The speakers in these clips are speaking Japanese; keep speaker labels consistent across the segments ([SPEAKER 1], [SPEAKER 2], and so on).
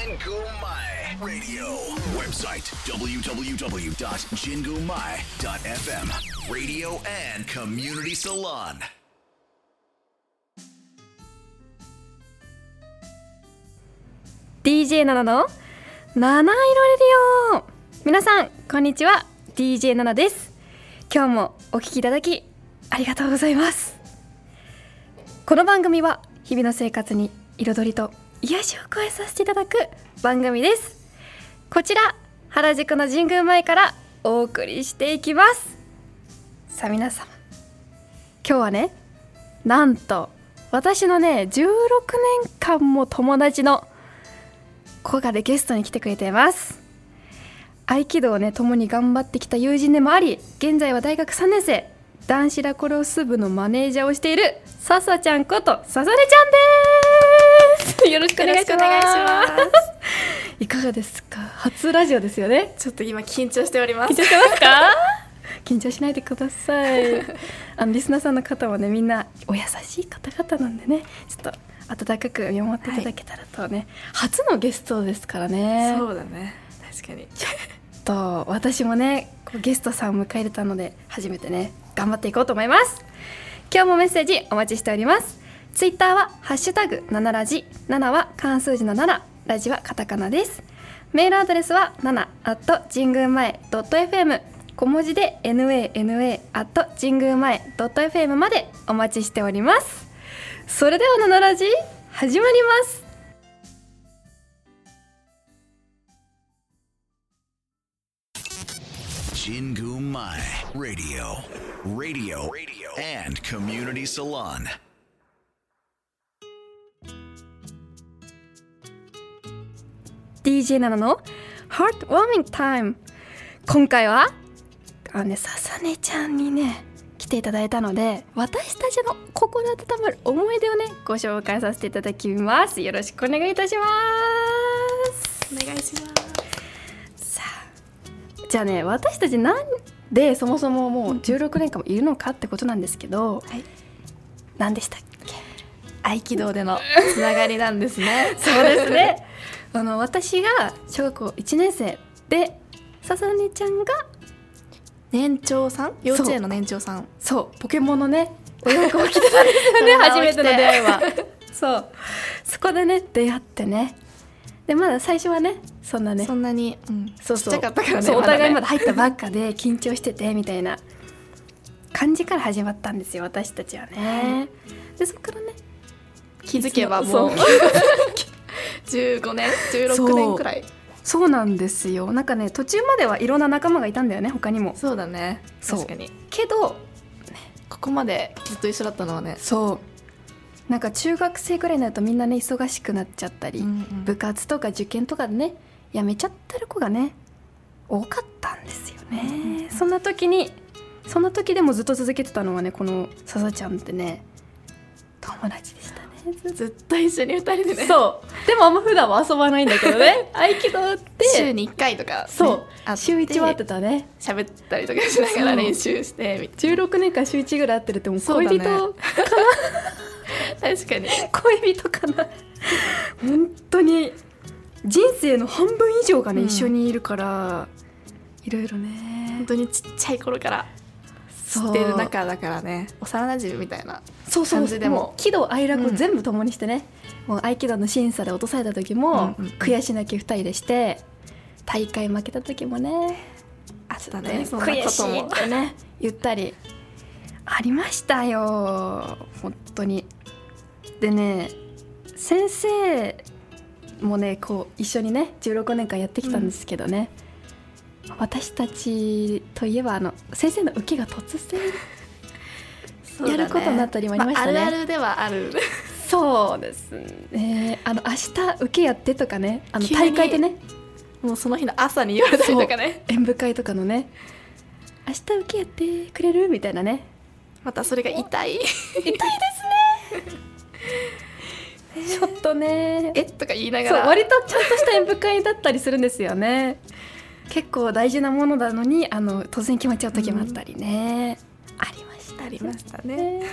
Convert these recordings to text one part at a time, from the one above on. [SPEAKER 1] Jingumai Radio. Website www.jingumai.fm. Radio and Community Salon.
[SPEAKER 2] 7 7の七色レディオ皆さんこんにちは DJ7 です今日もお聞きいただきありがとうございますこの番組は日々の生活に彩りと癒しを加えさせていただく番組ですこちら原宿の神宮前からお送りしていきますさあ皆様今日はねなんと私のね16年間も友達の子がでゲストに来てくれています合気道をね共に頑張ってきた友人でもあり現在は大学3年生男子ラコロス部のマネージャーをしているささちゃんことさされちゃんですよろしくお願いします
[SPEAKER 3] よろしくお願いしま
[SPEAKER 2] いかがですか初ラジオですよね
[SPEAKER 3] ちょっと今緊張しております。
[SPEAKER 2] 緊張してますか 緊張しないでくださいあのリスナーさんの方もねみんなお優しい方々なんでねちょっと温かく見守っていただけたらとね、初のゲストですからね
[SPEAKER 3] そうだね。確かに。
[SPEAKER 2] ちょっと私もねこうゲストさんを迎え入れたので初めてね頑張っていこうと思います今日もメッセージお待ちしておりますツイッターはハッシュタグ7ラジ7は漢数字の7ラジはカタカナですメールアドレスは7 at 神宮前 .fm 小文字で nana at 神宮前 .fm までお待ちしておりますそれでは7ラジ始まります
[SPEAKER 1] Jingumai Radio. Radio. Radio and Community Salon.
[SPEAKER 2] d j 7のハートウォーミングタイム今回はあのねささねちゃんにね来ていただいたので私たちの心温まる思い出をねご紹介させていただきますよろしくお願いいたします
[SPEAKER 3] お願いします。
[SPEAKER 2] さあじゃあね私たちなんでそもそももう16年間もいるのかってことなんですけど
[SPEAKER 3] はい。
[SPEAKER 2] 何でしたっけ。
[SPEAKER 3] 合気道でのつながりなんですね
[SPEAKER 2] そうですね。あの私が小学校1年生でささねちゃんが
[SPEAKER 3] 年長さん、幼稚園の年長さん。
[SPEAKER 2] そうポケモンの ねお洋服を着てたんですよね初
[SPEAKER 3] 初
[SPEAKER 2] め
[SPEAKER 3] め
[SPEAKER 2] て
[SPEAKER 3] て
[SPEAKER 2] の
[SPEAKER 3] の
[SPEAKER 2] 出会
[SPEAKER 3] 出会
[SPEAKER 2] い
[SPEAKER 3] い
[SPEAKER 2] は
[SPEAKER 3] は
[SPEAKER 2] そうそこでね出会ってねでまだ最初はねそんなね
[SPEAKER 3] そんなに、うん、
[SPEAKER 2] そうそう
[SPEAKER 3] ちっちゃかったからね。
[SPEAKER 2] そうお互いま
[SPEAKER 3] だ
[SPEAKER 2] だ入ったばっかで緊張しててみたいな感じから始まったんですよ私たちはね、でそこからね
[SPEAKER 3] 気づけばもう
[SPEAKER 2] そう
[SPEAKER 3] 15年、16年くらい。
[SPEAKER 2] そうなんですよなんかね途中まではいろんな仲間がいたんだよね他にも
[SPEAKER 3] そうだね。
[SPEAKER 2] そう
[SPEAKER 3] 確かに。
[SPEAKER 2] けど
[SPEAKER 3] ここまでずっと一緒だったのはね。
[SPEAKER 2] そうなんか中学生ぐらいになるとみんなね忙しくなっちゃったり、
[SPEAKER 3] ん
[SPEAKER 2] 部活とか受験とかでねやめちゃってる子がね多かったんですよね、
[SPEAKER 3] うん
[SPEAKER 2] そんな時にそんな時でもずっと続けてたのはねこのささちゃんってね友達でしたね
[SPEAKER 3] ずっと一緒に二人でね。
[SPEAKER 2] そうでもあんま普段は遊ばないんだけど ね合気道って
[SPEAKER 3] 週に一回とか、ね、
[SPEAKER 2] そう
[SPEAKER 3] 会って
[SPEAKER 2] 週1は会ってたね
[SPEAKER 3] 喋ったりとかしながら練習してみ
[SPEAKER 2] 16年間週1ぐらい会ってるってもう
[SPEAKER 3] そうだ
[SPEAKER 2] 恋
[SPEAKER 3] ね
[SPEAKER 2] 人、
[SPEAKER 3] たいな確かに
[SPEAKER 2] 恋人かな本当に人生の半分以上がね、
[SPEAKER 3] うん
[SPEAKER 2] 一緒にいるからいろいろね
[SPEAKER 3] 本当にちっちゃい頃から知
[SPEAKER 2] そう
[SPEAKER 3] ってる中だからね幼馴染みたいな
[SPEAKER 2] そうそう
[SPEAKER 3] 感じでも
[SPEAKER 2] う喜怒哀楽を
[SPEAKER 3] うん
[SPEAKER 2] 全部共にしてね、もう合気道の審査で落とされた時も、
[SPEAKER 3] うんうんうん
[SPEAKER 2] 悔し泣き二人でして大会負けた時もね
[SPEAKER 3] あった
[SPEAKER 2] ね
[SPEAKER 3] ねそんな
[SPEAKER 2] 悔
[SPEAKER 3] こ
[SPEAKER 2] し
[SPEAKER 3] と
[SPEAKER 2] いっ
[SPEAKER 3] も
[SPEAKER 2] てね言ったりありましたよ本当にでね先生もねこう一緒にね16年間やってきたんですけどね、私たちといえばあの先生の受けが突然
[SPEAKER 3] そうだね
[SPEAKER 2] やることになったりもありましたね
[SPEAKER 3] あ、あるあるではある
[SPEAKER 2] そうですねあの明日受けやってとかねあの
[SPEAKER 3] 急に
[SPEAKER 2] 大会でね
[SPEAKER 3] もうその日の朝に言われたりとかね
[SPEAKER 2] 演舞会とかのね明日受けやってくれるみたいなね
[SPEAKER 3] またそれが痛い
[SPEAKER 2] ちょっとね
[SPEAKER 3] えとか言いなが
[SPEAKER 2] そう
[SPEAKER 3] ら
[SPEAKER 2] 割とちゃんとした演舞会だったりするんですよね結構大事なものなのにあの突然決まっちゃう時もあったりね、ありました
[SPEAKER 3] ありましたね
[SPEAKER 2] ね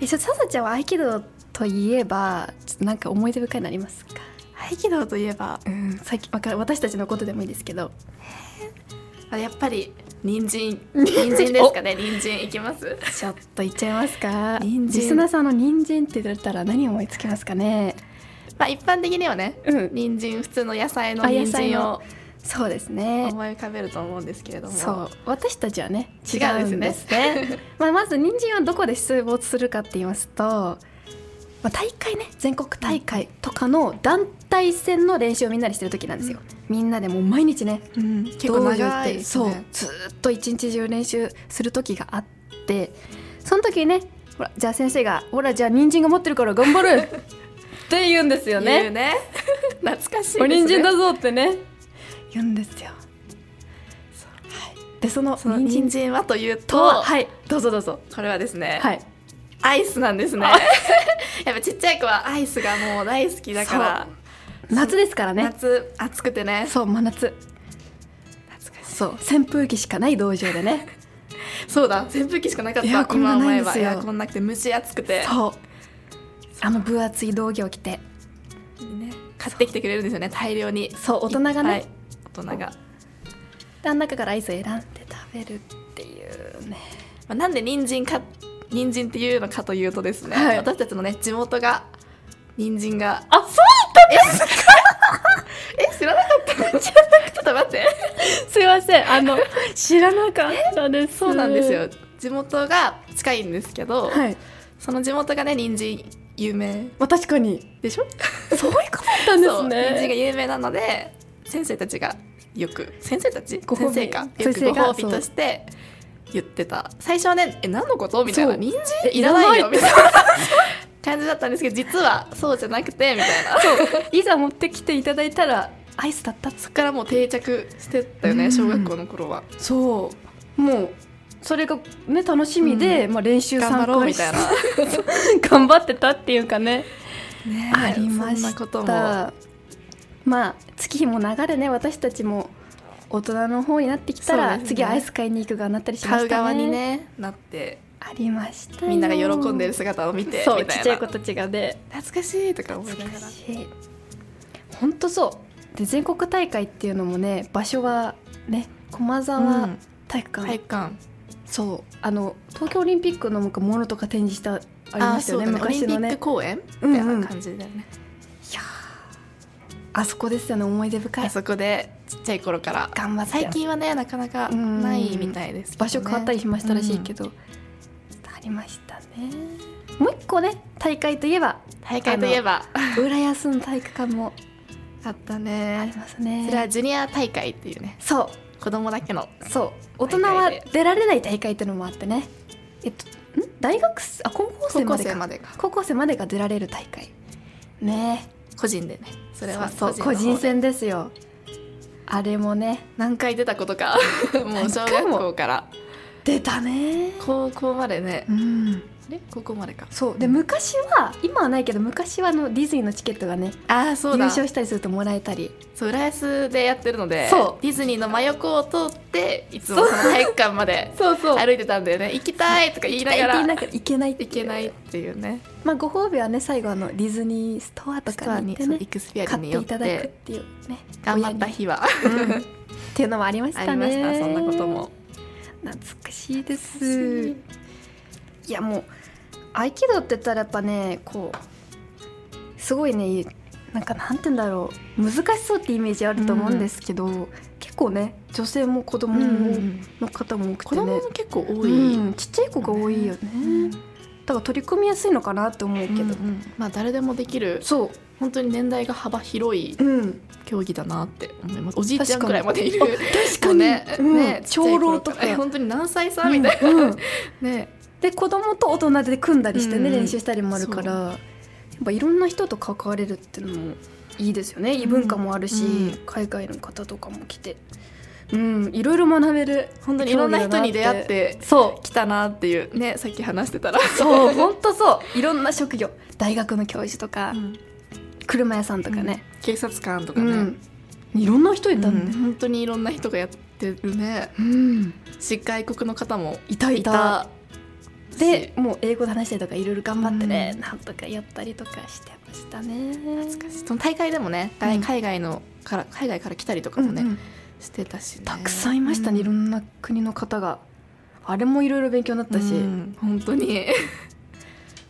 [SPEAKER 2] えささちゃんは合気道といえばちょっとなんか思い出深いのありますか
[SPEAKER 3] 合合気道といえば
[SPEAKER 2] うんさっきわか私たちのことでもいいですけど
[SPEAKER 3] あやっぱり人参人参ですかね人参いきます
[SPEAKER 2] ちょっといっちゃいますか
[SPEAKER 3] 人参
[SPEAKER 2] リスナーさんの人参って言ったら何思いつきますかね
[SPEAKER 3] まあ一般的にはね
[SPEAKER 2] うん
[SPEAKER 3] 人参普通の野菜の
[SPEAKER 2] あ
[SPEAKER 3] 人
[SPEAKER 2] 野菜
[SPEAKER 3] 参
[SPEAKER 2] の
[SPEAKER 3] を
[SPEAKER 2] そうですね
[SPEAKER 3] 思い浮かべると思うんですけれども
[SPEAKER 2] そう私たちはね違
[SPEAKER 3] 違
[SPEAKER 2] う
[SPEAKER 3] うんん
[SPEAKER 2] で
[SPEAKER 3] ですす
[SPEAKER 2] ね
[SPEAKER 3] ね
[SPEAKER 2] まあまず人参はどこで出没するかって言いますと、まあ、大会ね全国大会とかの団体戦の練習をみんなでしてる時なんですよ、みんなでもう毎日ね
[SPEAKER 3] うん結構長いです
[SPEAKER 2] そう
[SPEAKER 3] ね
[SPEAKER 2] ずーっと一日中練習する時があってその時にねほらじゃあ先生が「ほらじゃあ人参が持ってるから頑張る」って言うんですよ
[SPEAKER 3] 言
[SPEAKER 2] ね
[SPEAKER 3] うね 懐かしいですね
[SPEAKER 2] お人参だぞってね言うんですよはいでその
[SPEAKER 3] その
[SPEAKER 2] 人
[SPEAKER 3] 人
[SPEAKER 2] 参
[SPEAKER 3] 参はという
[SPEAKER 2] と
[SPEAKER 3] と
[SPEAKER 2] ははいどうぞどうぞ
[SPEAKER 3] これはですね
[SPEAKER 2] はい
[SPEAKER 3] アイスなんです ねやっぱちっちゃい子はアイスがもう大好きだから
[SPEAKER 2] 夏ですからね
[SPEAKER 3] 夏暑くてね
[SPEAKER 2] そう真夏
[SPEAKER 3] 懐かしい
[SPEAKER 2] そう扇風機しかない道場で ね
[SPEAKER 3] そうだ扇風機しかなかった
[SPEAKER 2] エアコンがないんですよ
[SPEAKER 3] 今思えばエアコンなくて蒸し暑くて
[SPEAKER 2] そうあの分厚い道着を着て
[SPEAKER 3] ね買ってきてくれるんですよね大量に
[SPEAKER 2] そう大人がね
[SPEAKER 3] はい大人が、ま
[SPEAKER 2] あの中からアイスを選んで食べるっていうね
[SPEAKER 3] あ、なんで人参か人参っていうのかというとですね、
[SPEAKER 2] はい
[SPEAKER 3] 私たちのね地元が人参が
[SPEAKER 2] あそう
[SPEAKER 3] え知らなかった ちょっと待って
[SPEAKER 2] すいませんあ の知らなかったです
[SPEAKER 3] そうなんですよ地元が近いんですけど、
[SPEAKER 2] はい、
[SPEAKER 3] その地元がね人参有名
[SPEAKER 2] まあ、確かに
[SPEAKER 3] でしょ
[SPEAKER 2] そういうことだったんで
[SPEAKER 3] そう
[SPEAKER 2] す
[SPEAKER 3] 人参が
[SPEAKER 2] ね
[SPEAKER 3] 有名なので先生たちがよく先生たち
[SPEAKER 2] ご褒美
[SPEAKER 3] 先生かよく
[SPEAKER 2] 先生が
[SPEAKER 3] ご褒美として言ってた最初はね「え何のこと?」みたい
[SPEAKER 2] そ
[SPEAKER 3] な「
[SPEAKER 2] う
[SPEAKER 3] 人
[SPEAKER 2] え
[SPEAKER 3] 参いらないよ」
[SPEAKER 2] い
[SPEAKER 3] みたいな感じだったんですけど実はそうじゃなくてみたいなそ
[SPEAKER 2] いざ持ってきていただいたらアイスだったっつ
[SPEAKER 3] っからもう定着してったよ
[SPEAKER 2] う
[SPEAKER 3] ね
[SPEAKER 2] ん
[SPEAKER 3] 小学校の頃は
[SPEAKER 2] そうもうそれがね楽しみで、まあ、練習
[SPEAKER 3] 頑張
[SPEAKER 2] 参
[SPEAKER 3] ろう
[SPEAKER 2] 考に
[SPEAKER 3] み
[SPEAKER 2] した
[SPEAKER 3] いな
[SPEAKER 2] 頑張ってたっていうかね
[SPEAKER 3] ね
[SPEAKER 2] ありま
[SPEAKER 3] そん
[SPEAKER 2] し
[SPEAKER 3] なことも
[SPEAKER 2] たまあ月日も流れね私たちも大人の方になってきた
[SPEAKER 3] そう
[SPEAKER 2] ら、
[SPEAKER 3] ですね
[SPEAKER 2] 次アイス買いに行く側になったりしましたね
[SPEAKER 3] 買う側にねなって
[SPEAKER 2] ありましたよ
[SPEAKER 3] みんなが喜んでる姿を見て
[SPEAKER 2] そう
[SPEAKER 3] みた
[SPEAKER 2] ち
[SPEAKER 3] い
[SPEAKER 2] っ
[SPEAKER 3] な
[SPEAKER 2] ちゃい子たちがね
[SPEAKER 3] 懐かしいとか思いながら
[SPEAKER 2] 本当そうで全国大会っていうのもね場所はね駒
[SPEAKER 3] う
[SPEAKER 2] 沢
[SPEAKER 3] ん
[SPEAKER 2] 体育館、
[SPEAKER 3] 体育館
[SPEAKER 2] そうあの東京オリンピックのなんかものとか展示したありましたよね
[SPEAKER 3] あそうだオリ
[SPEAKER 2] 昔
[SPEAKER 3] ンピ
[SPEAKER 2] の
[SPEAKER 3] ッ
[SPEAKER 2] ね
[SPEAKER 3] ク公演
[SPEAKER 2] うん
[SPEAKER 3] みた
[SPEAKER 2] う
[SPEAKER 3] い
[SPEAKER 2] ん
[SPEAKER 3] な感じだよね、
[SPEAKER 2] あそこですよね思い出深い
[SPEAKER 3] あそこでちっちゃい頃から
[SPEAKER 2] 頑張って
[SPEAKER 3] 最近はねなかなかないみたいですけどね、
[SPEAKER 2] 場所変わったりしましたらしいけど、ありましたねもう一個ね大会といえ ば
[SPEAKER 3] 大会といえば
[SPEAKER 2] 浦安の体育館も
[SPEAKER 3] あった
[SPEAKER 2] あり
[SPEAKER 3] ね
[SPEAKER 2] ます
[SPEAKER 3] それは
[SPEAKER 2] ね
[SPEAKER 3] ジュニア大会っていうね
[SPEAKER 2] そう
[SPEAKER 3] 子供だけの
[SPEAKER 2] そう大人は出られない大会っていうのもあってねえっとん大学生あ高校生
[SPEAKER 3] 高
[SPEAKER 2] ま
[SPEAKER 3] 校
[SPEAKER 2] で
[SPEAKER 3] 生
[SPEAKER 2] か
[SPEAKER 3] までか
[SPEAKER 2] 高校生までが出られる大会ねえ
[SPEAKER 3] 個人でねそれは
[SPEAKER 2] そうそう
[SPEAKER 3] 個
[SPEAKER 2] 個
[SPEAKER 3] 人の
[SPEAKER 2] 人
[SPEAKER 3] 方で
[SPEAKER 2] 戦ですよあれもね
[SPEAKER 3] 何回出たことかもう小学校から
[SPEAKER 2] 出たね
[SPEAKER 3] 高校までね
[SPEAKER 2] うん
[SPEAKER 3] あれ高校までか
[SPEAKER 2] そうで昔は今はないけど昔はあのディズニーのチケットがね
[SPEAKER 3] ああそ
[SPEAKER 2] 優
[SPEAKER 3] うだ
[SPEAKER 2] 勝したりするともらえたり
[SPEAKER 3] そう浦安でやってるので
[SPEAKER 2] そう
[SPEAKER 3] ディズニーの真横を通っていつもその体育館まで
[SPEAKER 2] そうそ
[SPEAKER 3] 歩いてたんだよね行きたいとか言いながら
[SPEAKER 2] なんかいけないって
[SPEAKER 3] 行けないっていうね
[SPEAKER 2] まあご褒美はね最後あのディズニーストアとかに行って
[SPEAKER 3] そう
[SPEAKER 2] ね
[SPEAKER 3] イクスピアリ
[SPEAKER 2] 買っ
[SPEAKER 3] に
[SPEAKER 2] て
[SPEAKER 3] よっ
[SPEAKER 2] いただくってていうね
[SPEAKER 3] 頑張った日は
[SPEAKER 2] 親にうんっていうのもありまし
[SPEAKER 3] あ
[SPEAKER 2] た
[SPEAKER 3] りまし
[SPEAKER 2] ね
[SPEAKER 3] たそんなことも
[SPEAKER 2] 懐かしいです
[SPEAKER 3] 懐
[SPEAKER 2] い
[SPEAKER 3] か
[SPEAKER 2] やもう合気道って言ったらやっぱねこうすごいねなんかなんて言うんだろう難しそうってイメージあると思うんですけど、結構ね女性も子供もの方も多く
[SPEAKER 3] 子
[SPEAKER 2] てね、
[SPEAKER 3] 供も結構多い、
[SPEAKER 2] うん、ちっちゃい子が多いよね、
[SPEAKER 3] うん
[SPEAKER 2] だから取り組みやすいのかなって思うけ
[SPEAKER 3] け
[SPEAKER 2] ど、
[SPEAKER 3] ど、まあ誰でもできる
[SPEAKER 2] そ
[SPEAKER 3] 本当に年代が幅広いう
[SPEAKER 2] うん
[SPEAKER 3] 競技だなって思いますおじいち
[SPEAKER 2] 確
[SPEAKER 3] ゃん
[SPEAKER 2] かに
[SPEAKER 3] くらいまでいる
[SPEAKER 2] あ確かに
[SPEAKER 3] ね,、
[SPEAKER 2] うん
[SPEAKER 3] ね
[SPEAKER 2] 長老とか
[SPEAKER 3] ちっちゃい頃らね本当に何歳さみたい
[SPEAKER 2] な、うん
[SPEAKER 3] な、ね
[SPEAKER 2] で子供と大人で組んだりしてね、
[SPEAKER 3] うんうん
[SPEAKER 2] 練習したりもあるからやっぱいろんな人と関われるっていうのもいいですよね異文化もあるし、
[SPEAKER 3] うん
[SPEAKER 2] 海外の方とかも来てうんいろいろ学べる
[SPEAKER 3] 本当にいろんな人に出会っ
[SPEAKER 2] 競技だな
[SPEAKER 3] て
[SPEAKER 2] そう
[SPEAKER 3] 来たなっていうねさっき話してたら、
[SPEAKER 2] そう本当そういろんな職業大学の教授とか、
[SPEAKER 3] うん
[SPEAKER 2] 車屋さんとかね、
[SPEAKER 3] 警察官と
[SPEAKER 2] う
[SPEAKER 3] か
[SPEAKER 2] ん
[SPEAKER 3] ね、
[SPEAKER 2] いろんな人いた
[SPEAKER 3] うん
[SPEAKER 2] んで、
[SPEAKER 3] 本当にいろんな人がやってるね
[SPEAKER 2] うん
[SPEAKER 3] し外国の方も
[SPEAKER 2] いたい
[SPEAKER 3] い
[SPEAKER 2] た
[SPEAKER 3] た
[SPEAKER 2] でもう英語で話したりとかいろいろ頑張ってね、
[SPEAKER 3] うん
[SPEAKER 2] なんとかやったりとかしてやっぱしたね
[SPEAKER 3] 懐かしいその大会でもね、
[SPEAKER 2] うん
[SPEAKER 3] 海外のから海外から来たりとか
[SPEAKER 2] う
[SPEAKER 3] も
[SPEAKER 2] ん
[SPEAKER 3] ね、
[SPEAKER 2] うん
[SPEAKER 3] してたしね、
[SPEAKER 2] たくさんいましたね、いろんな国の方があれもいろいろ勉強になったし、
[SPEAKER 3] うん本当 に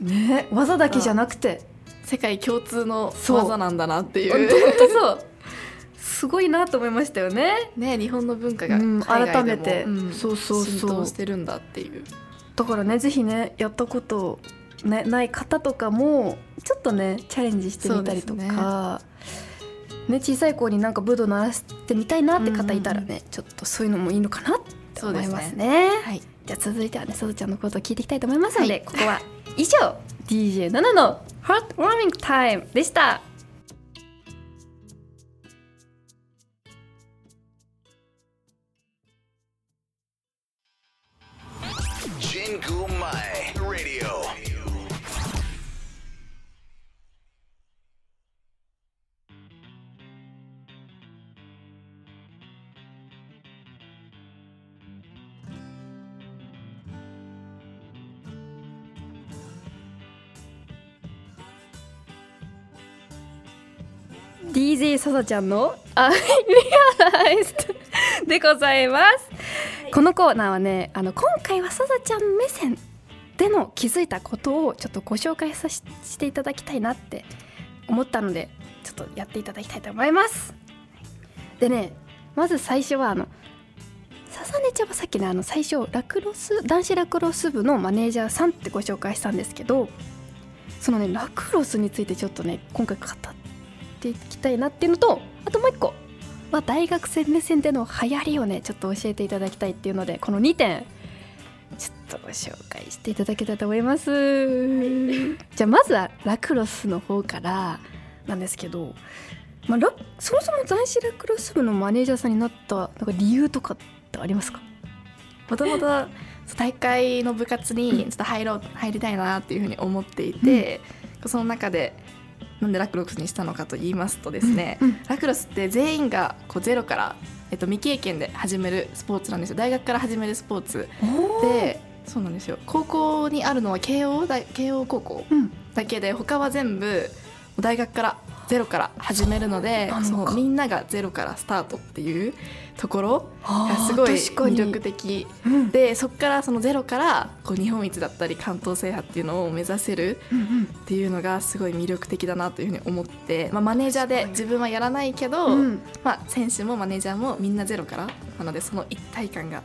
[SPEAKER 2] ね技だけじゃなくて
[SPEAKER 3] 世界共通の
[SPEAKER 2] そう
[SPEAKER 3] 技なんだなってい
[SPEAKER 2] 本
[SPEAKER 3] う
[SPEAKER 2] 当本当そうすごいなと思いましたよね、
[SPEAKER 3] ね日本の文化
[SPEAKER 2] う
[SPEAKER 3] が
[SPEAKER 2] ん、
[SPEAKER 3] 海
[SPEAKER 2] 改
[SPEAKER 3] 外で
[SPEAKER 2] め
[SPEAKER 3] も
[SPEAKER 2] て、
[SPEAKER 3] うん
[SPEAKER 2] そうそう
[SPEAKER 3] 浸
[SPEAKER 2] そう
[SPEAKER 3] 透してるんだっていう
[SPEAKER 2] だからねぜひねやったこと、ね、ない方とかもちょっとねチャレンジしてみたりとか、ね小さい子になんか武道鳴らしてみたいなって方いたらね、ちょっとそういうのもいいのかなって思い
[SPEAKER 3] そう
[SPEAKER 2] ま
[SPEAKER 3] ですす
[SPEAKER 2] ね。
[SPEAKER 3] はい
[SPEAKER 2] じゃあ続いてはね、さとちゃんのことを聞いていきたいと思いますので、
[SPEAKER 3] はい
[SPEAKER 2] ここは以上 DJ7 のハートウォーミングタイムでした。
[SPEAKER 1] Jingu Mai Radio.
[SPEAKER 2] うん DJ ささちゃんの「I realized」でございます、このコーナーはねあの今回はささちゃん目線での気づいたことをちょっとご紹介さししていただきたいなって思ったのでちょっとやっていただきたいと思いますでねまず最初はあのささねちゃんはさっきねあの最初ラクロス男子ラクロス部のマネージャーさんってご紹介したんですけどそのねラクロスについてちょっとね今回語ってっていきたいなっていうのとあともう一個は大学生目線での流行りをねちょっと教えていただきたいっていうのでこの2点ちょっとご紹介していただけたらと思います、じゃあまずはラクロスの方からなんですけど、まあ、ラそもそも男子ラクロス部のマネージャーさんになったなんか理由とかってありますか
[SPEAKER 3] もともと大会の部活にちょっと入ろう入りたいなっていうふうに思っていて、その中でなんでラクロスにしたのかと言いますとですね、
[SPEAKER 2] うんうん
[SPEAKER 3] ラクロスって全員がこうゼロから、えっと、未経験で始めるスポーツなんですよ大学から始めるスポーツでそうなんですよ高校にあるのは慶応大慶応高校
[SPEAKER 2] うん、
[SPEAKER 3] だけで他は全部大学からゼロから始めるの
[SPEAKER 2] そう
[SPEAKER 3] で
[SPEAKER 2] なのか
[SPEAKER 3] そうみんながゼロからスタートっていうところが
[SPEAKER 2] あ
[SPEAKER 3] す
[SPEAKER 2] ー
[SPEAKER 3] ごい
[SPEAKER 2] 確かに
[SPEAKER 3] 魅力的
[SPEAKER 2] うん
[SPEAKER 3] でそこからそのゼロからこう日本一だったり関東制覇っていうのを目指せる
[SPEAKER 2] うんうん
[SPEAKER 3] っていうのがすごい魅力的だなというふうに思って、まあ、マネージャーで自分はやらないけど、
[SPEAKER 2] うん
[SPEAKER 3] まあ、選手もマネージャーもみんなゼロからなのでその一体感が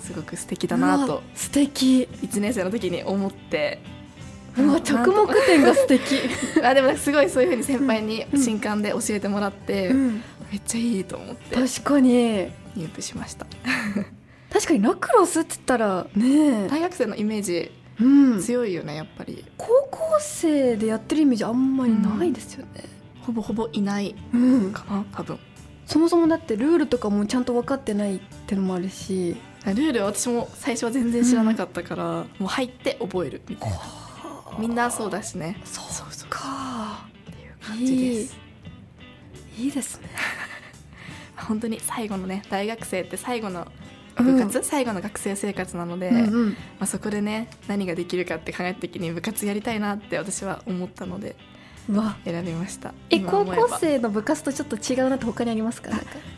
[SPEAKER 3] すごく素敵だな
[SPEAKER 2] うわ
[SPEAKER 3] と
[SPEAKER 2] 素敵
[SPEAKER 3] 1年生の時に思って。
[SPEAKER 2] うわ着目点が素敵、
[SPEAKER 3] あでもすごいそういうふうに先輩に新刊で教えてもらって、
[SPEAKER 2] うん
[SPEAKER 3] めっちゃいいと思って
[SPEAKER 2] 確かに
[SPEAKER 3] 入部しました
[SPEAKER 2] 確かにラクロスって言ったらね
[SPEAKER 3] 大学生のイメージ
[SPEAKER 2] うん、
[SPEAKER 3] 強いよねやっぱり
[SPEAKER 2] 高校生でやってるイメージあんまりないですよね、
[SPEAKER 3] ほぼほぼいない
[SPEAKER 2] うん
[SPEAKER 3] かな多分
[SPEAKER 2] そもそもだってルールとかもちゃんと分かってないってのもあるし
[SPEAKER 3] ルール私も最初は全然知らなかったから、もう入って覚えるみたいなみんなそうだしね
[SPEAKER 2] そう
[SPEAKER 3] そうそう
[SPEAKER 2] か
[SPEAKER 3] っていう感じです
[SPEAKER 2] いいですね
[SPEAKER 3] 本当に最後のね大学生って最後の部活、最後の学生生活なので、
[SPEAKER 2] うん
[SPEAKER 3] ま
[SPEAKER 2] うん
[SPEAKER 3] あ、そこでね何ができるかって考えた時に部活やりたいなって私は思ったので
[SPEAKER 2] うわ
[SPEAKER 3] 選びました
[SPEAKER 2] え
[SPEAKER 3] 今
[SPEAKER 2] 高
[SPEAKER 3] 思ば
[SPEAKER 2] 校生の部活とちょっと違うなって他にありますか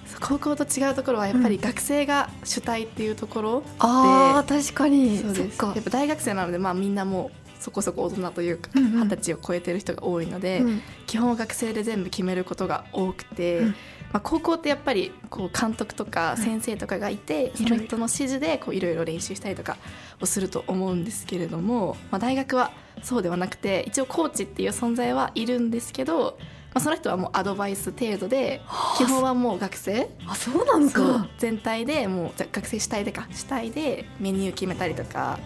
[SPEAKER 3] そう高校と違うところはやっぱり学生が主体っていうところで、
[SPEAKER 2] あー確かに
[SPEAKER 3] そう
[SPEAKER 2] そっ
[SPEAKER 3] ですや
[SPEAKER 2] か
[SPEAKER 3] っぱ大学生なので、まあ、みんなもうそこそこ大人というか
[SPEAKER 2] うん
[SPEAKER 3] 二
[SPEAKER 2] うん
[SPEAKER 3] 十、歳を超えてる人が多いので、
[SPEAKER 2] うん
[SPEAKER 3] 基本は学生で全部決めることが多くて、
[SPEAKER 2] うん
[SPEAKER 3] まあ、高校ってやっぱりこう監督とか先生とかがいて、その人の指示でこういろいろ練習したりとかをすると思うんですけれども、まあ、大学はそうではなくて一応コーチっていう存在はいるんですけど、まあ、その人はもうアドバイス程度で基本はもう学生
[SPEAKER 2] あそうなん
[SPEAKER 3] そう
[SPEAKER 2] か
[SPEAKER 3] 全体でもうじゃ学生主体でか主体でメニュー決めたりとか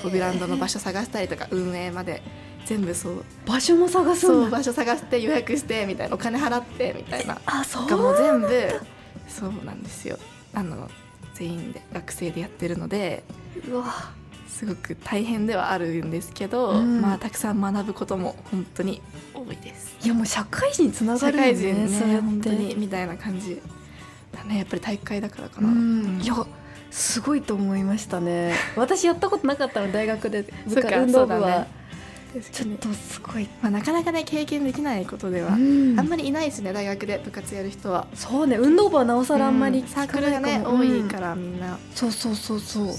[SPEAKER 3] こうグラウンドの場所探したりとか運営まで全部そう
[SPEAKER 2] 場所も探す
[SPEAKER 3] そ
[SPEAKER 2] ん
[SPEAKER 3] う
[SPEAKER 2] だ
[SPEAKER 3] 場所探して予約してみたいなお金払ってみたいな
[SPEAKER 2] あそう
[SPEAKER 3] がもう全部そうなんですよあの全員で学生でやってるので
[SPEAKER 2] うわ
[SPEAKER 3] すごく大変ではあるんですけど、
[SPEAKER 2] うん
[SPEAKER 3] まあたくさん学ぶことも本当に多いです。
[SPEAKER 2] いやもう社会人につなが
[SPEAKER 3] 社
[SPEAKER 2] るよね
[SPEAKER 3] 会人ね
[SPEAKER 2] そうやって
[SPEAKER 3] 本当にみたいな感じだねやっぱり大会だからかな。
[SPEAKER 2] うんいやすごいと思いましたね私やったことなかったの大学で部
[SPEAKER 3] そうか
[SPEAKER 2] 活運動部
[SPEAKER 3] そうだ
[SPEAKER 2] は
[SPEAKER 3] ね
[SPEAKER 2] ちょっとすごい、
[SPEAKER 3] まあ、なかなかね経験できないことでは、あんまりいないですね大学で部活やる人は。
[SPEAKER 2] そうね運動部はなおさらあんまり
[SPEAKER 3] うん
[SPEAKER 2] 聞
[SPEAKER 3] サー
[SPEAKER 2] かな
[SPEAKER 3] クル
[SPEAKER 2] いか
[SPEAKER 3] が
[SPEAKER 2] も
[SPEAKER 3] ね、多いからみんな。
[SPEAKER 2] そうそうそうそうへ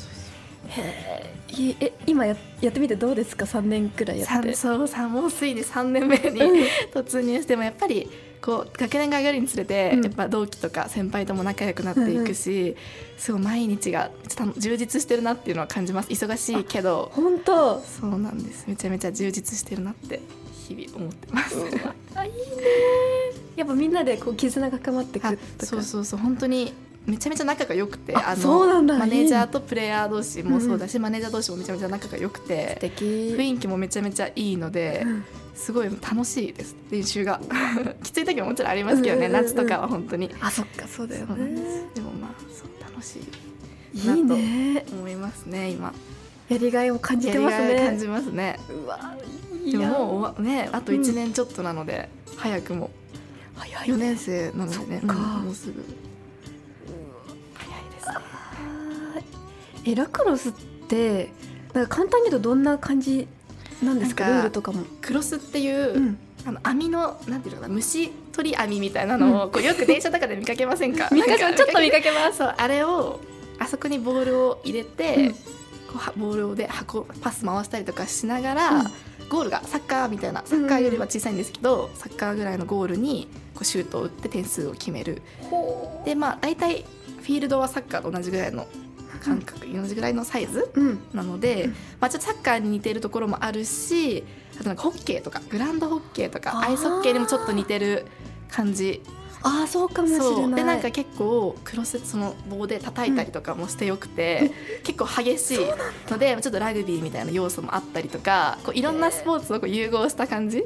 [SPEAKER 2] えいえ今ややってみてどうですか3年くらいやって
[SPEAKER 3] 三そう三もうすいに3年目に突入してもやっぱりこう学年が上がるにつれて、
[SPEAKER 2] うん
[SPEAKER 3] やっぱ同期とか先輩とも仲良くなっていくし、すごい毎日がちょっと楽充実してるなっていうのは感じます忙しいけど
[SPEAKER 2] 本当
[SPEAKER 3] そうなんですめちゃめちゃ充実してるなって日々思ってます。
[SPEAKER 2] あいいねやっぱみんなでこう絆が深まってく
[SPEAKER 3] あ
[SPEAKER 2] るとか
[SPEAKER 3] そうそうそう本当にめちゃめちゃ仲が良くて
[SPEAKER 2] あそうなんだ
[SPEAKER 3] マネージャーとプレイヤー同士もそうだし、マネージャー同士もめちゃめちゃ仲が良くて
[SPEAKER 2] 敵
[SPEAKER 3] 雰囲気もめちゃめちゃいいので、
[SPEAKER 2] うん
[SPEAKER 3] すごい楽しいです練習 がきつい時ももちろんありますけどね、
[SPEAKER 2] うんうんうん
[SPEAKER 3] 夏とかは本当に
[SPEAKER 2] あそっかそうだよ
[SPEAKER 3] そうなんで
[SPEAKER 2] ね
[SPEAKER 3] すでもまあそう楽しい
[SPEAKER 2] いいね
[SPEAKER 3] 思いますね今
[SPEAKER 2] やりがいを感じ
[SPEAKER 3] や
[SPEAKER 2] て
[SPEAKER 3] り
[SPEAKER 2] ます
[SPEAKER 3] がいを感
[SPEAKER 2] ね
[SPEAKER 3] じますね
[SPEAKER 2] うわいい
[SPEAKER 3] でも
[SPEAKER 2] や
[SPEAKER 3] もう終わねあと
[SPEAKER 2] うん
[SPEAKER 3] 1年ちょっとなので、早くも
[SPEAKER 2] 早い
[SPEAKER 3] 4
[SPEAKER 2] よね
[SPEAKER 3] 年生なのでね
[SPEAKER 2] そっか
[SPEAKER 3] うんもうすぐ早いですね
[SPEAKER 2] えラクロスってなんか簡単に言うとどんな感じなんですか
[SPEAKER 3] なんか
[SPEAKER 2] ルールとかも、
[SPEAKER 3] クロスっていう、
[SPEAKER 2] うん
[SPEAKER 3] あの網のなんていうのかな虫取り網みたいなのを、こうよく電車とか で見かけませんか
[SPEAKER 2] 見かけ
[SPEAKER 3] なん
[SPEAKER 2] ちょっと見かけます
[SPEAKER 3] そうあれをあそこにボールを入れて、
[SPEAKER 2] うん
[SPEAKER 3] こうはボールで箱パス回したりとかしながら、
[SPEAKER 2] うん
[SPEAKER 3] ゴールがサッカーみたいなサッカーよりは小さいんですけど、サッカーぐらいのゴールにこうシュートを打って点数を決めるでまあ大体フィールドはサッカーと同じぐらいの感覚、同じぐらいのサイズ
[SPEAKER 2] うん
[SPEAKER 3] なので、
[SPEAKER 2] うん
[SPEAKER 3] まあ、ちょっとサッカーに似てるところもあるしあとなんかホッケーとかグランドホッケーと
[SPEAKER 2] あ
[SPEAKER 3] か
[SPEAKER 2] ー
[SPEAKER 3] アイスホッケーにもちょっと似てる感じ
[SPEAKER 2] ああそうかもしれない
[SPEAKER 3] そうでなんか結構クロスその棒で叩いたりとかもしてよくて、結構激しいのでちょっとラグビーみたいな要素もあったりとかこういろんなスポーツをこう融合した感じ、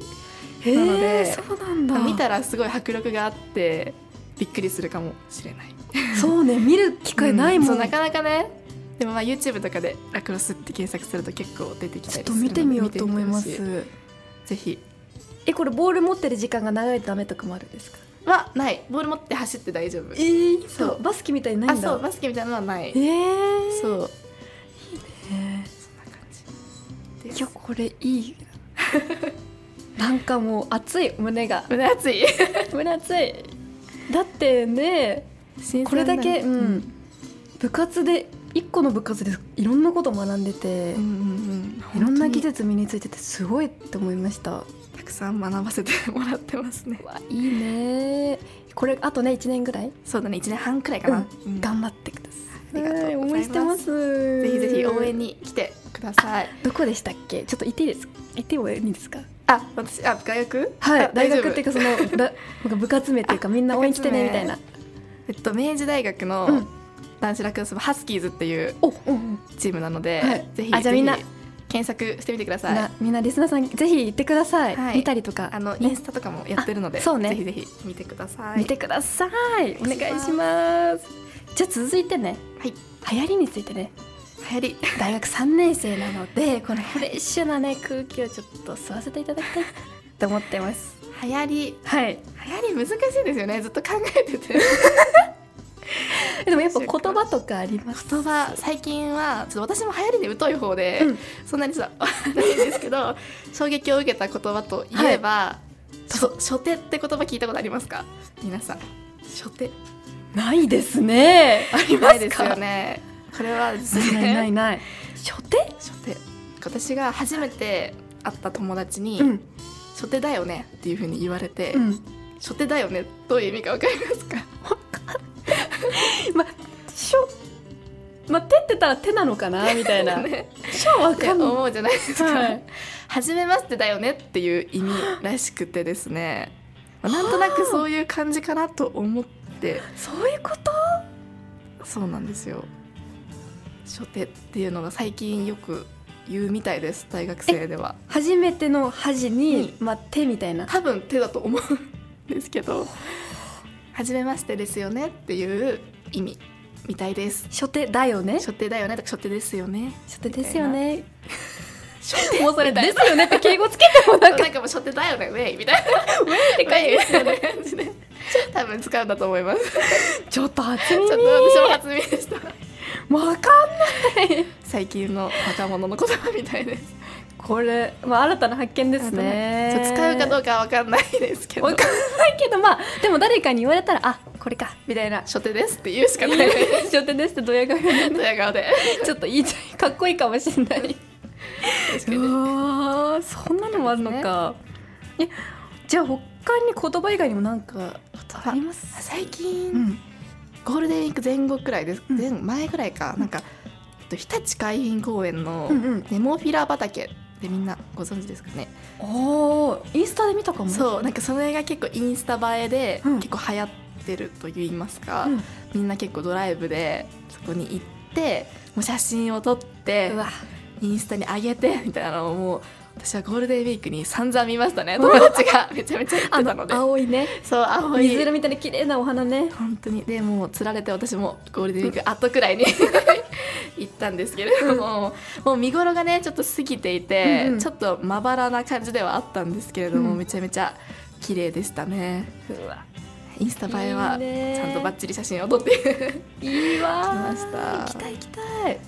[SPEAKER 2] へ
[SPEAKER 3] なので
[SPEAKER 2] えそうなんだ
[SPEAKER 3] 見たらすごい迫力があってびっくりするかもしれない。
[SPEAKER 2] そうね見る機会ないもん、
[SPEAKER 3] うそうなかなかねでもまあ YouTube とかでラクロスって検索すると結構出てき
[SPEAKER 2] ち
[SPEAKER 3] た
[SPEAKER 2] ょっ
[SPEAKER 3] りす
[SPEAKER 2] と
[SPEAKER 3] るので
[SPEAKER 2] 見てみようと思いま
[SPEAKER 3] 見てみてほし
[SPEAKER 2] す
[SPEAKER 3] いぜひ
[SPEAKER 2] えこれボール持ってる時間が長いとダメとかもあるんですか
[SPEAKER 3] はないボール持って走って大丈夫
[SPEAKER 2] ええ
[SPEAKER 3] そう
[SPEAKER 2] バスケみたいにない
[SPEAKER 3] あ
[SPEAKER 2] んだ
[SPEAKER 3] そうバスケみたいなのはない
[SPEAKER 2] ええ
[SPEAKER 3] そう
[SPEAKER 2] ね
[SPEAKER 3] そんな感じで
[SPEAKER 2] い
[SPEAKER 3] す
[SPEAKER 2] やこれい いなんかもう熱い胸が
[SPEAKER 3] 胸熱い
[SPEAKER 2] 胸熱いだってねこれだけ、うん部活で一個の部活でいろんなこと学んでて、
[SPEAKER 3] うんうんうん
[SPEAKER 2] いろんな技
[SPEAKER 3] 本
[SPEAKER 2] 術身についててすごいって思いました
[SPEAKER 3] 当にたくさん学ばせてもらってますね
[SPEAKER 2] わいいねこれあとね1年ぐらい、
[SPEAKER 3] そうだね1年半くらいかな、うん
[SPEAKER 2] 頑張ってください
[SPEAKER 3] ありがとうございます
[SPEAKER 2] は応援してます
[SPEAKER 3] ぜひぜひ応援に来てください
[SPEAKER 2] どこでしたっけちょっと行っていいですか行ってもいいですか
[SPEAKER 3] あ私あ大学
[SPEAKER 2] は
[SPEAKER 3] あ
[SPEAKER 2] い大
[SPEAKER 3] 丈
[SPEAKER 2] 学
[SPEAKER 3] 夫
[SPEAKER 2] っていうかそのだなんか部活名っていうかみんな応援来てねみたいな
[SPEAKER 3] えっと、明治大学
[SPEAKER 2] う
[SPEAKER 3] の
[SPEAKER 2] ん
[SPEAKER 3] 男子ラクロス部ハスキーズっていう
[SPEAKER 2] お、うんうん、
[SPEAKER 3] チームなので、
[SPEAKER 2] はい
[SPEAKER 3] ぜひ
[SPEAKER 2] あじゃあ
[SPEAKER 3] ぜひ
[SPEAKER 2] みんな
[SPEAKER 3] 検索してみてください
[SPEAKER 2] なみんなリスナーさんぜひ行ってください、
[SPEAKER 3] はい
[SPEAKER 2] 見たりとか
[SPEAKER 3] あのイ
[SPEAKER 2] ね
[SPEAKER 3] ンスタとかもやってるので、
[SPEAKER 2] あそうね
[SPEAKER 3] ぜひぜひ見てください
[SPEAKER 2] 見てくださいお
[SPEAKER 3] お願
[SPEAKER 2] 願い
[SPEAKER 3] いします
[SPEAKER 2] しますじゃあ続いてね
[SPEAKER 3] はい
[SPEAKER 2] 流行りについてね
[SPEAKER 3] 流行り
[SPEAKER 2] 大学3年生なのでこのフレッシュなね空気をちょっと吸わせていただきた いと思ってます
[SPEAKER 3] 流行り
[SPEAKER 2] はい
[SPEAKER 3] 流行り難しいですよねずっと考えてて
[SPEAKER 2] でもやっぱ言葉とかあります
[SPEAKER 3] 言葉最近はちょっと私も流行りに疎い方で、
[SPEAKER 2] うん
[SPEAKER 3] そんなにさないんです けど衝撃を受けた言葉といえば、そ初手って言葉聞いたことありますか皆さん初手
[SPEAKER 2] ないですねあり
[SPEAKER 3] ないですよねこれはですね
[SPEAKER 2] ないないない初手
[SPEAKER 3] 初手私が初めて会った友達に「
[SPEAKER 2] うん
[SPEAKER 3] 初手だよね」っていうふうに言われて「
[SPEAKER 2] うん
[SPEAKER 3] 初手だよね」どういう意味かわかりますか
[SPEAKER 2] ましょま手って言ったら手なのかなみた いな
[SPEAKER 3] ね
[SPEAKER 2] しょわ
[SPEAKER 3] って
[SPEAKER 2] かんない
[SPEAKER 3] 思うじゃないですか
[SPEAKER 2] はい
[SPEAKER 3] 「初めましてだよね」っていう意味らしくてですね、まあなんとなくそういう感じかなと思って
[SPEAKER 2] そういうこと
[SPEAKER 3] そうなんですよ初手っていうのが最近よく言うみたいです大学生では
[SPEAKER 2] 初めての恥に、ま手みたいな
[SPEAKER 3] 多分手だと思うんですけど「初めましてですよね」っていう意味みたいです
[SPEAKER 2] 初手だよね
[SPEAKER 3] 初手だよねとか初手ですよね
[SPEAKER 2] 初手ですよね
[SPEAKER 3] 初手
[SPEAKER 2] もうそれ
[SPEAKER 3] みたい
[SPEAKER 2] で
[SPEAKER 3] な
[SPEAKER 2] すよねって敬語つけてもなんか
[SPEAKER 3] なんかもう初手だよねウェイみたいなウェイって書いてる感じで多分使うんだと思いますち
[SPEAKER 2] ちょっと初
[SPEAKER 3] ょっ
[SPEAKER 2] 耳
[SPEAKER 3] と私も初耳でした
[SPEAKER 2] わかんない
[SPEAKER 3] 最近の若者の言葉みたいです
[SPEAKER 2] これ、まあ、新たな発見ですね
[SPEAKER 3] ちょっと使うかどうかは分かんないですけど
[SPEAKER 2] わかんないけどまあでも誰かに言われたらあこれかみたいな
[SPEAKER 3] 初手ですって言うしかないで
[SPEAKER 2] 「
[SPEAKER 3] す
[SPEAKER 2] 初手です」ってドヤ顔で
[SPEAKER 3] ドヤ顔で
[SPEAKER 2] ちょっといいじゃんかっこいいかもしれない
[SPEAKER 3] 確かに
[SPEAKER 2] うわーそんなのもあるのか、えじゃあ他に言葉以外にもなんか
[SPEAKER 3] あります最近、
[SPEAKER 2] うん
[SPEAKER 3] ゴールデンウィーク前後くらいです、
[SPEAKER 2] うん
[SPEAKER 3] 前前ぐらいかなんかえっと日立海浜公園の
[SPEAKER 2] うんうん
[SPEAKER 3] ネモフィラ畑でみんなご存知ですかね、
[SPEAKER 2] おーインスタで見たかもう、
[SPEAKER 3] そうなんかそれが結構インスタ映えで、
[SPEAKER 2] うん
[SPEAKER 3] 結構流行ってると言いますか、
[SPEAKER 2] うん
[SPEAKER 3] みんな結構ドライブでそこに行ってもう写真を撮って
[SPEAKER 2] うわ
[SPEAKER 3] インスタに上げてみたいなのをもう私はゴールデンウィークに散々見ましたね友達が めちゃめちゃ行ってたので
[SPEAKER 2] 青いね
[SPEAKER 3] そう青い
[SPEAKER 2] 水色みたいな綺麗なお花ね
[SPEAKER 3] 本当にでもう釣られて私もゴールデンウィーク後くらいに 行ったんですけれども、もう見頃がねちょっと過ぎていて、
[SPEAKER 2] うんうん
[SPEAKER 3] ちょっとまばらな感じではあったんですけれども、
[SPEAKER 2] うん
[SPEAKER 3] めちゃめちゃ綺麗でしたね
[SPEAKER 2] うわ
[SPEAKER 3] インスタ映え
[SPEAKER 2] いい
[SPEAKER 3] は
[SPEAKER 2] ね
[SPEAKER 3] ちゃんとバッチリ写真を撮ってめっ
[SPEAKER 2] いいわー
[SPEAKER 3] 来ました
[SPEAKER 2] 行きたい行きたい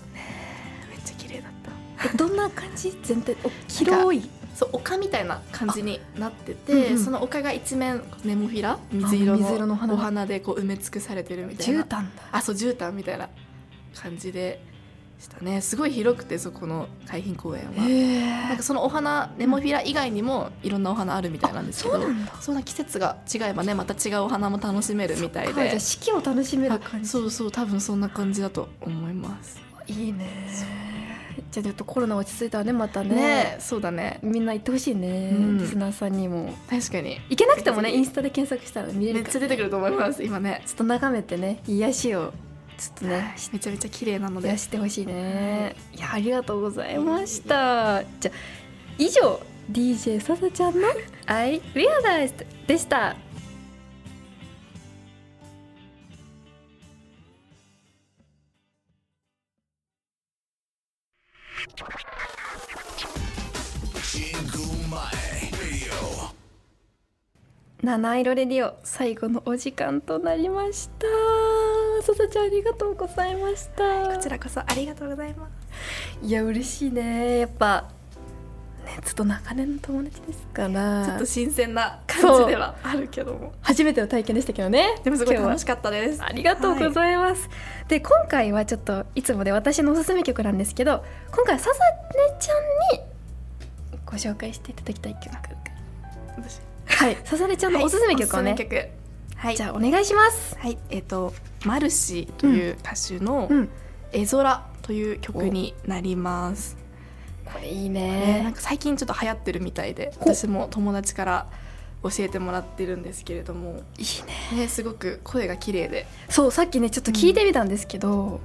[SPEAKER 3] ちゃ綺麗だった
[SPEAKER 2] えどんな感じ全体お広い
[SPEAKER 3] そう丘みたいな感じになってて、
[SPEAKER 2] うんうん
[SPEAKER 3] その丘が一面ネモフィラ水色の
[SPEAKER 2] 水色の花
[SPEAKER 3] お花でこう埋め尽くされてるみたいな
[SPEAKER 2] 絨毯だ
[SPEAKER 3] あそう絨毯みたいな感じでしたねすごい広くてそこの海浜公園は、なん
[SPEAKER 2] え
[SPEAKER 3] かそのお花ネモフィラ以外にもいろんなお花あるみたいなんですけど
[SPEAKER 2] そうなんだ
[SPEAKER 3] そんな季節が違えばねまた違うお花も楽しめるみたい
[SPEAKER 2] じゃ
[SPEAKER 3] で
[SPEAKER 2] あ四季を楽しめる感
[SPEAKER 3] あ
[SPEAKER 2] じ
[SPEAKER 3] そうそう多分そんな感じだと思います
[SPEAKER 2] いいねじゃあちょっとコロナ落ち着いたらねまたね
[SPEAKER 3] ねえそうだね
[SPEAKER 2] みんな行ってほしいね、
[SPEAKER 3] うん
[SPEAKER 2] リスナーさんにも
[SPEAKER 3] 確かに
[SPEAKER 2] 行けなくてもねインスタで検索したら見れ
[SPEAKER 3] め
[SPEAKER 2] るか
[SPEAKER 3] っ
[SPEAKER 2] ら
[SPEAKER 3] ちゃ出てくると思います今ね
[SPEAKER 2] ちょっと眺めてね癒しをちょっとね
[SPEAKER 3] めちゃめちゃ綺麗なので
[SPEAKER 2] 癒してほしいねいやありがとうございましたじゃあ以上 DJ ささちゃんの「I Realized」でした
[SPEAKER 1] Jingu Mai Radio.
[SPEAKER 2] 七色レディオ最後のお時間となりましたささちゃんありがとうございました
[SPEAKER 3] こちらこそありがとうございます
[SPEAKER 2] いや嬉しいねやっぱねちょっと長年の友達ですから
[SPEAKER 3] ちょっと新鮮な感
[SPEAKER 2] そう
[SPEAKER 3] じではあるけども
[SPEAKER 2] 初めての体験でしたけどね
[SPEAKER 3] でもすごい
[SPEAKER 2] 今日は
[SPEAKER 3] 楽しかったです
[SPEAKER 2] ありがとうございます、で今回はちょっといつもで私のおすすめ曲なんですけど今回はささねちゃんにご紹介していただきたい曲
[SPEAKER 3] 私
[SPEAKER 2] はいささねちゃんのおすすめ曲をね、
[SPEAKER 3] おすすめ曲はい
[SPEAKER 2] じゃあお願いします
[SPEAKER 3] はいえっ、とマルシーという歌手の
[SPEAKER 2] うん
[SPEAKER 3] 「絵空」という曲になります、
[SPEAKER 2] これいい
[SPEAKER 3] ねなん
[SPEAKER 2] ね
[SPEAKER 3] か最近ちょっと流行ってるみたいで
[SPEAKER 2] ほ
[SPEAKER 3] 私も友達から教えてもらってるんですけれども、
[SPEAKER 2] いいね
[SPEAKER 3] ね、すごく声が綺麗で
[SPEAKER 2] そうさっきねちょっと聞いてみたんですけど、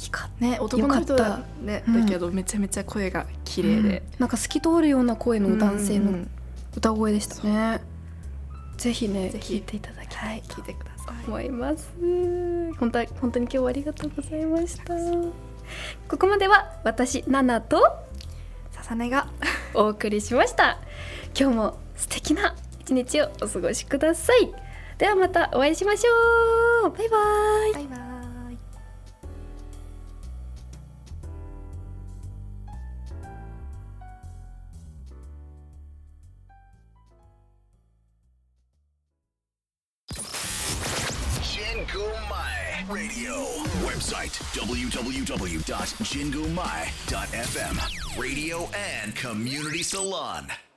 [SPEAKER 2] いいかっ
[SPEAKER 3] ね男の人
[SPEAKER 2] よか
[SPEAKER 3] だ
[SPEAKER 2] っ,、
[SPEAKER 3] ね
[SPEAKER 2] うん
[SPEAKER 3] だけどめちゃめちゃ声が綺
[SPEAKER 2] て
[SPEAKER 3] 麗で、
[SPEAKER 2] なんか透き通るような声の男性
[SPEAKER 3] うんう
[SPEAKER 2] の
[SPEAKER 3] ん
[SPEAKER 2] 歌声でしたね、ぜひね
[SPEAKER 3] ぜひ
[SPEAKER 2] 聞いていただきたいと
[SPEAKER 3] 聞いてください
[SPEAKER 2] 思います本当は本当に今日はありがとうございましたここまでは私ナナと
[SPEAKER 3] 笹音が
[SPEAKER 2] お送りしました今日も素敵な一日をお過ごしくださいではまたお会いしましょうバイバイ
[SPEAKER 3] バイバーイ
[SPEAKER 1] Jingu Mai Radio. Website www.jingumai.fm. Radio and Community Salon.